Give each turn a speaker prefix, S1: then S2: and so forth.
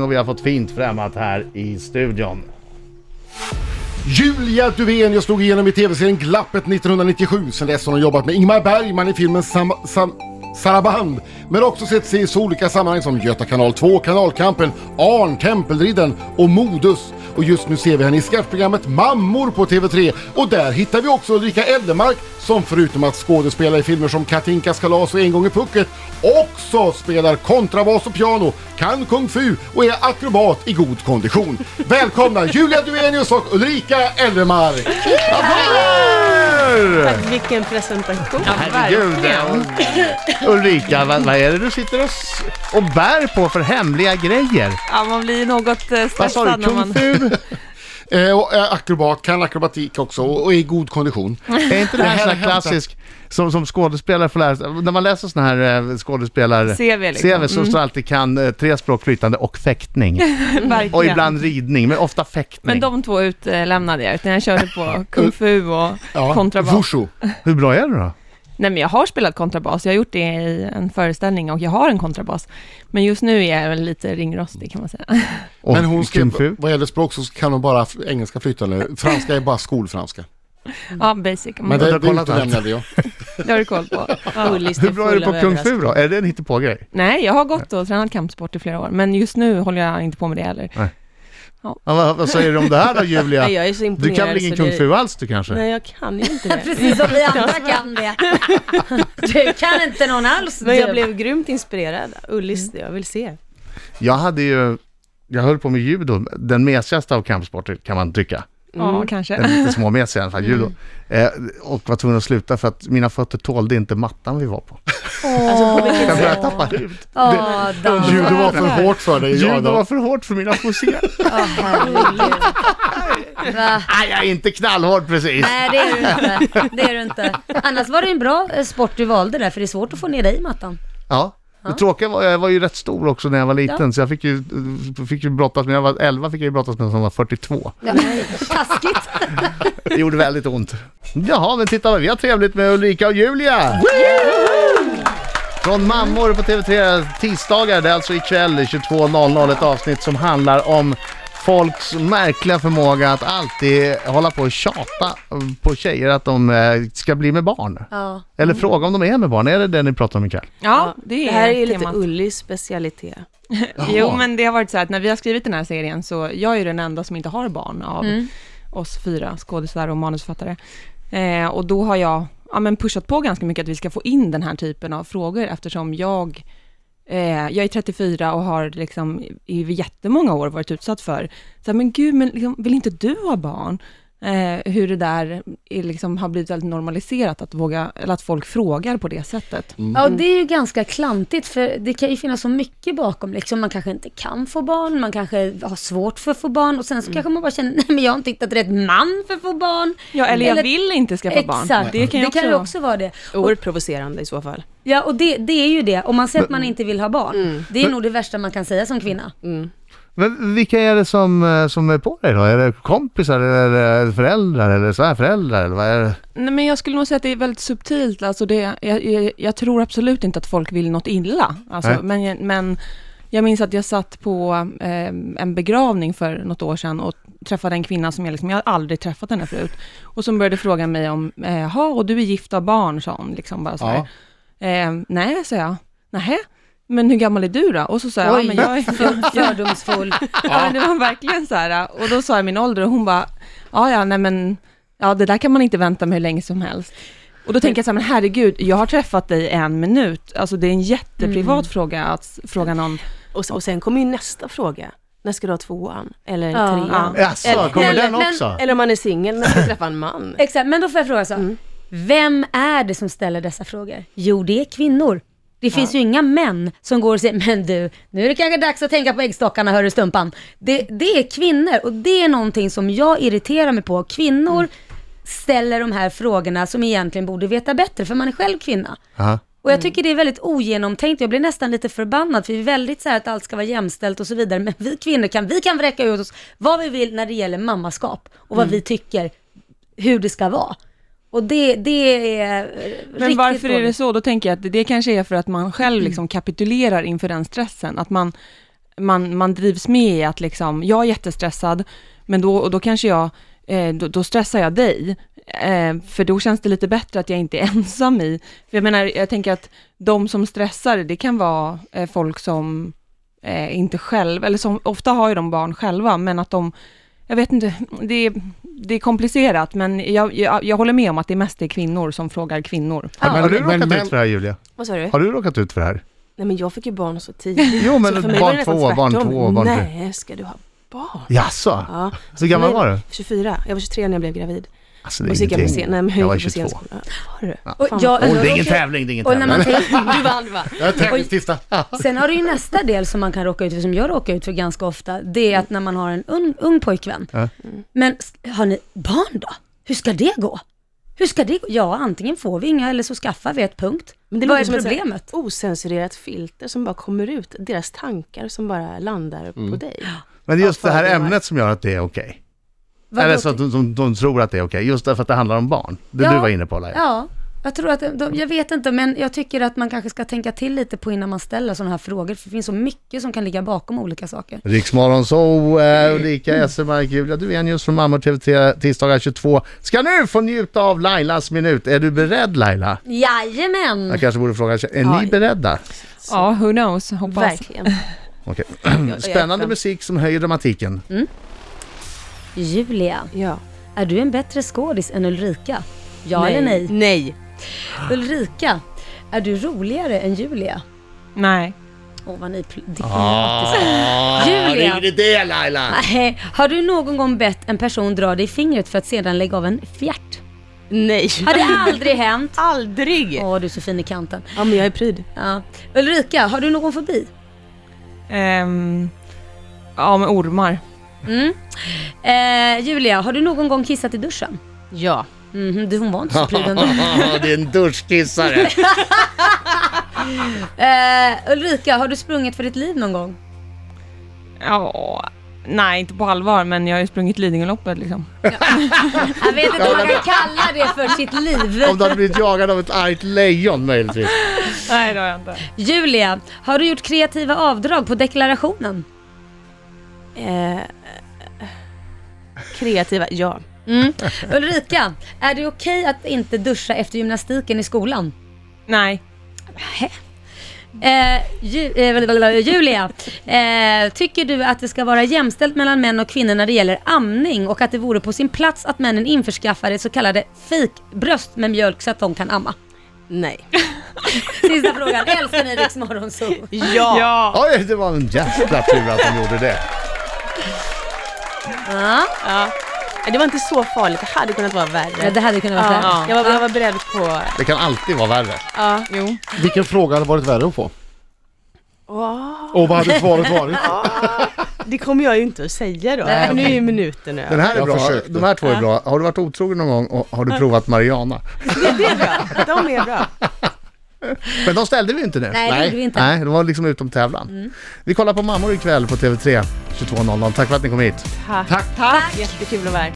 S1: och vi har fått fint främmat här i studion.
S2: Julia Duvén, jag slog igenom i tv-serien Glappet 1997. Sen dess har hon jobbat med Ingmar Bergman i filmen Sam... Sam Saraband, men också sett sig i så olika sammanhang som Göta kanal 2, Kanalkampen, Arn, Tempelriddaren och Modus. Och just nu ser vi henne i sketchprogrammet Mammor på TV3 och där hittar vi också Ulrika Eldemark som förutom att skådespela i filmer som Katinkas kalas och En gång i pucket också spelar kontrabas och piano, kan kung fu och är akrobat i god kondition. Välkomna Julia Duenius och Ulrika Eldemark!
S3: Tack, vilken presentation.
S1: Herregud! eh, Ulrika, vad, vad är det du sitter och, s- och bär på för hemliga grejer?
S4: Ja, man blir något eh,
S1: Vad sa
S4: stressad
S1: du?
S4: när
S1: Kung
S4: man...
S1: fu?
S2: Eh, och är akrobat, kan akrobatik också och och är i god kondition.
S1: Är inte det här
S2: Det här
S1: sån
S2: har
S1: här klassisk som, som skådespelare får lära sig? När man läser sån här eh, skådespelare...
S4: CV liksom.
S1: CV så står alltid kan eh, tre språk flytande och fäktning.
S4: Verkligen.
S1: Och ibland ridning, men ofta fäktning.
S4: Men de två utelämnade jag, utan jag körde på kung fu och kontrabas.
S2: Wushu.
S1: Hur bra är du då?
S4: Nej, men jag har spelat kontrabas. Jag har gjort det i en föreställning och jag har en kontrabas. Men just nu är jag väl lite ringrostig kan man säga.
S1: Mm. Och
S2: Men hon
S1: kung fu?
S2: skrev, vad gäller språk så kan hon bara f- engelska flytande. Franska är bara skolfranska.
S4: Ja, basic.
S2: Men
S4: Men
S1: Jag
S2: det,
S1: har
S2: det
S1: kollat allt.
S2: utelämnade jag.
S4: Det har du koll på. Ja.
S1: Hur bra är du på kung fu då? Är det en hittepågrej?
S4: Nej, jag har gått och tränat kampsport i flera år, men just nu håller jag inte på med det heller.
S1: Ja, vad, vad säger du om det här då Julia?
S3: Nej, jag är så imponerad.
S1: Du kan väl ingen
S3: så det-
S1: kung fu alls du kanske?
S3: Nej, jag kan ju inte det.
S5: Precis som vi andra kan det. Du kan inte någon alls.
S3: Men jag
S5: du.
S3: blev grymt inspirerad. Ullis, jag vill se.
S1: Jag hade ju, jag höll på med judo, den mesigaste av kampsporter kan man tycka.
S4: Ja, kanske.
S1: Den lite småmesiga i alla fall, judo. Eh, och var tvungen att sluta för att mina fötter tålde inte mattan vi var på.
S3: Alltså på vilket
S1: Jag
S3: sätt?
S1: började tappa hud.
S5: Åh, Dan.
S2: Judo var för hårt för dig.
S1: Judo var
S2: Adam.
S1: för hårt för mina fossé.
S5: Åh, herregud. Va?
S1: Nej, jag är inte knallhård precis.
S5: Nej, det är du inte. Det är du inte. Annars var det en bra eh, sport du valde där, för det är svårt att få ner dig i mattan.
S1: Ja. Det tråkiga var, jag var ju rätt stor också när jag var liten, så jag fick ju, fick ju brottas med, när jag var 11 fick jag ju brottas med en som var 42.
S5: Ja, taskigt.
S1: Det gjorde väldigt ont. Jaha, men titta vad vi har trevligt med Ulrika och Julia! Från Mammor på TV3 tisdagar, det är alltså ikväll 22.00 ett avsnitt som handlar om folks märkliga förmåga att alltid hålla på och tjata på tjejer att de eh, ska bli med barn.
S5: Ja.
S1: Eller fråga om de är med barn, är det det ni pratar om ikväll?
S4: Ja, det
S3: Det
S4: är
S3: här är ju lite
S4: temat.
S3: Ullis specialitet.
S4: Jo, men det har varit så här att när vi har skrivit den här serien så jag är ju den enda som inte har barn av oss fyra skådespelare och manusförfattare. Eh, och då har jag ja, men pushat på ganska mycket att vi ska få in den här typen av frågor eftersom jag Eh, jag är 34 och har liksom i jättemånga år varit utsatt för, så här, men gud, men liksom, vill inte du ha barn? Eh, hur det där är, liksom, har blivit väldigt normaliserat, att, våga, eller att folk frågar på det sättet.
S5: Mm. ja, och det är ju ganska klantigt, för det kan ju finnas så mycket bakom. Liksom, man kanske inte kan få barn, man kanske har svårt för att få barn och sen så kanske man bara känner, nej men jag har inte hittat rätt man för att få barn.
S4: Ja, eller, jag vill inte skaffa
S5: Exakt,
S4: barn. Det kan ju också,
S5: ju också vara det.
S3: Oerhört provocerande i så fall.
S5: Ja, och det, det är ju det. Om man säger att man inte vill ha barn, det är nog det värsta man kan säga som kvinna.
S1: Men vilka är det som, eh, som är på dig då? Är det kompisar eller är det föräldrar eller så här föräldrar eller vad är det?
S4: Nej, men jag skulle nog säga att det är väldigt subtilt. Alltså det, jag, jag, jag tror absolut inte att folk vill något illa.
S1: Nej.
S4: Alltså, men, jag- men jag minns att jag satt på eh, en begravning för något år sedan och träffade en kvinna som jag, liksom, jag hade aldrig träffat henne förut. Och som började fråga mig om, eh, "Jaha, och du är gift av barn, sa hon. Liksom bara så här. Eh, nej, sa jag. Nähä? Men hur gammal är du då? Och så sa jag, "Ja,
S5: Oj.
S4: men jag är...
S5: Fördomsfull.
S4: Ja, men det var verkligen så här. Och då sa jag min ålder och hon bara, ja, ja, nej men, ja, det där kan man inte vänta med hur länge som helst. Och då tänker jag så här, men herregud, jag har träffat dig i en minut. Alltså det är en jätteprivat fråga att s- fråga någon.
S3: Och, sen- och sen kommer ju nästa fråga. När ska du ha tvåan? Eller
S5: Ja.
S3: trean?
S1: Jaså,
S3: Eller-
S1: kommer
S5: eller-
S1: den
S5: men-
S1: också?
S3: Eller om man är singel, när ska jag träffa en man?
S5: Exakt, men då får jag fråga så. Vem är det som ställer dessa frågor? Jo, det är kvinnor. Det finns ju inga män som går och säger, men du, nu är det kanske dags att tänka på äggstockarna, hörru stumpan. Det, det är kvinnor och det är någonting som jag irriterar mig på. Kvinnor ställer de här frågorna som egentligen borde veta bättre, för man är själv kvinna.
S1: Aha.
S5: Och
S4: Mm.
S5: jag tycker det är väldigt ogenomtänkt, jag blir nästan lite förbannad för vi är väldigt så här att allt ska vara jämställt och så vidare. Men vi kvinnor kan, vi kan vräka ut oss vad vi vill när det gäller mammaskap och
S4: Mm.
S5: vad vi tycker hur det ska vara. Och det, det är eh,
S4: Men
S5: riktigt
S4: varför är det
S5: dåligt. Mm.
S4: så? Då tänker jag att det kanske är för att man själv liksom kapitulerar inför den stressen. Att man man, man drivs med i att liksom, jag är jättestressad, men då, och då kanske jag, eh, då, då stressar jag dig. Eh, för då känns det lite bättre att jag inte är ensam i, för jag menar, jag tänker att de som stressar, det kan vara eh, folk som eh, inte själv, eller som, ofta har ju de barn själva, men att de, jag vet inte, det är, det är komplicerat, men jag, jag, jag håller med om att det mest är kvinnor som frågar kvinnor.
S5: Ja.
S1: Har du
S2: Men- men-
S1: råkat
S2: men-
S1: ut för det här Julia?
S3: Vad sa du?
S1: Har du råkat ut för det här?
S3: Nej men jag fick ju barn så tidigt.
S1: Jo, men
S3: så Alltså, för mig
S1: barn
S3: var det nästan
S1: två, barn
S3: tvärtom.
S1: två, barn tre.
S3: Nej, ska du ha barn?
S1: Jaså?
S3: Ja.
S1: Så gammal
S3: Nej,
S1: var du?
S3: 24. Jag var 23 när jag blev gravid.
S1: Alltså det
S3: och
S1: är
S3: så gick jag på scen.
S1: ingenting.
S3: Nej, men jag,
S1: Jag var
S3: gick på
S1: 22.
S3: scenskola. Var du?
S5: Och
S3: Fan,
S5: jag-
S1: Oh,
S5: jag
S1: det är ingen
S5: råkar-
S1: tävling, det är ingen
S5: Och när
S1: tävling.
S5: man tänker,
S3: Du vann va?
S2: Jag är tävlingstisdag.
S5: sen har du ju nästa del som man kan råka ut för, som jag råkar ut för ganska ofta, det är att när man har en ung, ung pojkvän.
S1: Ja.
S5: Men s- har ni barn då? Hur ska det gå? Hur ska det gå? Ja, antingen får vi inga eller så skaffar vi ett punkt.
S3: Men det
S5: Vad
S3: låter
S5: är
S3: som ett så här
S5: problemet?
S3: osensurerat filter som bara kommer ut. Deras tankar som bara landar
S1: Mm.
S3: på dig.
S1: Men det är just det
S3: Ja,
S1: här
S3: fördomar.
S1: ämnet som gör att det är okej.
S5: Vad
S1: Eller
S5: råkar-
S1: så att de, de, de tror att det är okej, just därför att det handlar om barn. Det du
S5: Ja.
S1: var inne på Laila.
S5: Ja, jag tror att, de, jag vet inte, men jag tycker att man kanske ska tänka till lite på innan man ställer sådana här frågor, för det finns så mycket som kan ligga bakom olika saker.
S1: Riksmorgon så eh, Ulrika Essemark, Julia Duvenius från Mamma och TV tisdagar 22. Ska nu få njuta av Lailas minut. Är du beredd Laila?
S5: Jajamän!
S1: Jag kanske borde fråga, är
S3: Ja.
S1: ni beredda?
S4: Ja, who knows, hoppas.
S3: Verkligen.
S1: Okej.
S3: jag är
S1: Spännande
S3: öppen.
S1: musik som höjer dramatiken.
S5: Julia,
S3: Ja.
S5: är du en bättre skådis än Ulrika? Ja eller nej?
S3: Nej.
S5: Ulrika, är du roligare än Julia?
S4: Nej.
S5: Åh, vad ni pl- diplomatiska. Julia.
S1: Ah. Det är inte det Laila!
S5: Nej, Har du någon gång bett en person dra dig i fingret för att sedan lägga av en fjärt?
S3: Nej.
S5: Har det aldrig hänt?
S3: Aldrig.
S5: Åh, du är så fin i kanten.
S3: Ja men jag är pryd.
S5: Ja. Ulrika, har du någon fobi?
S4: Ehm, ja, med ormar.
S5: Mm. Eh, Julia, har du någon gång kissat i duschen?
S3: Ja.
S5: Mhm, du, hon var inte så pryd ändå.
S1: det är en duschkissare.
S5: eh, Ulrika, har du sprungit för ditt liv någon gång?
S4: Ja, nej inte på allvar, men jag har ju sprungit Lidingöloppet liksom.
S5: Jag vet inte om man kan kalla det för sitt liv.
S1: Om du hade blivit jagad av ett argt lejon möjligtvis.
S4: Nej, det har jag inte.
S5: Julia, har du gjort kreativa avdrag på deklarationen?
S3: Eh, eh, kreativa, ja.
S5: Mm. Ulrika, är det okej att inte duscha efter gymnastiken i skolan?
S4: Nej.
S5: Eh, ju, eh, blablabla, Julia, eh, tycker du att det ska vara jämställt mellan män och kvinnor när det gäller amning och att det vore på sin plats att männen införskaffar ett så kallade fejkbröst med mjölk så att de kan amma?
S3: Nej.
S5: Sista frågan, älskar ni Rix Morgonzoo?
S3: Ja.
S4: Ja.
S1: Oj, det var en jävla tur att de gjorde det.
S5: Ja,
S3: Det var inte så farligt, det hade kunnat vara värre.
S5: Ja, det hade kunnat vara
S3: ja.
S5: ja.
S3: jag, var, jag var beredd på...
S1: Det kan alltid vara värre.
S3: Ja.
S4: Jo.
S2: Vilken fråga hade varit värre att få?
S3: Åh,
S2: Och vad hade svaret varit?
S6: Det kommer jag ju inte att säga då.
S5: Nej,
S6: Nu är ju minuten
S1: Den
S6: över.
S1: här är
S2: Jag
S1: bra.
S2: försökte.
S1: De här två är bra. Har du varit otrogen någon gång och har du provat Mariana?
S6: Det är bra. De är bra.
S1: Men de ställde vi ju inte nu.
S5: Nej, det gjorde vi inte. Mm.
S1: Nej, de var liksom utom tävlan. Vi kollar på Mammor ikväll på TV3 22.00. Tack för att ni kom hit.
S6: Tack.
S4: Jättekul att vara här.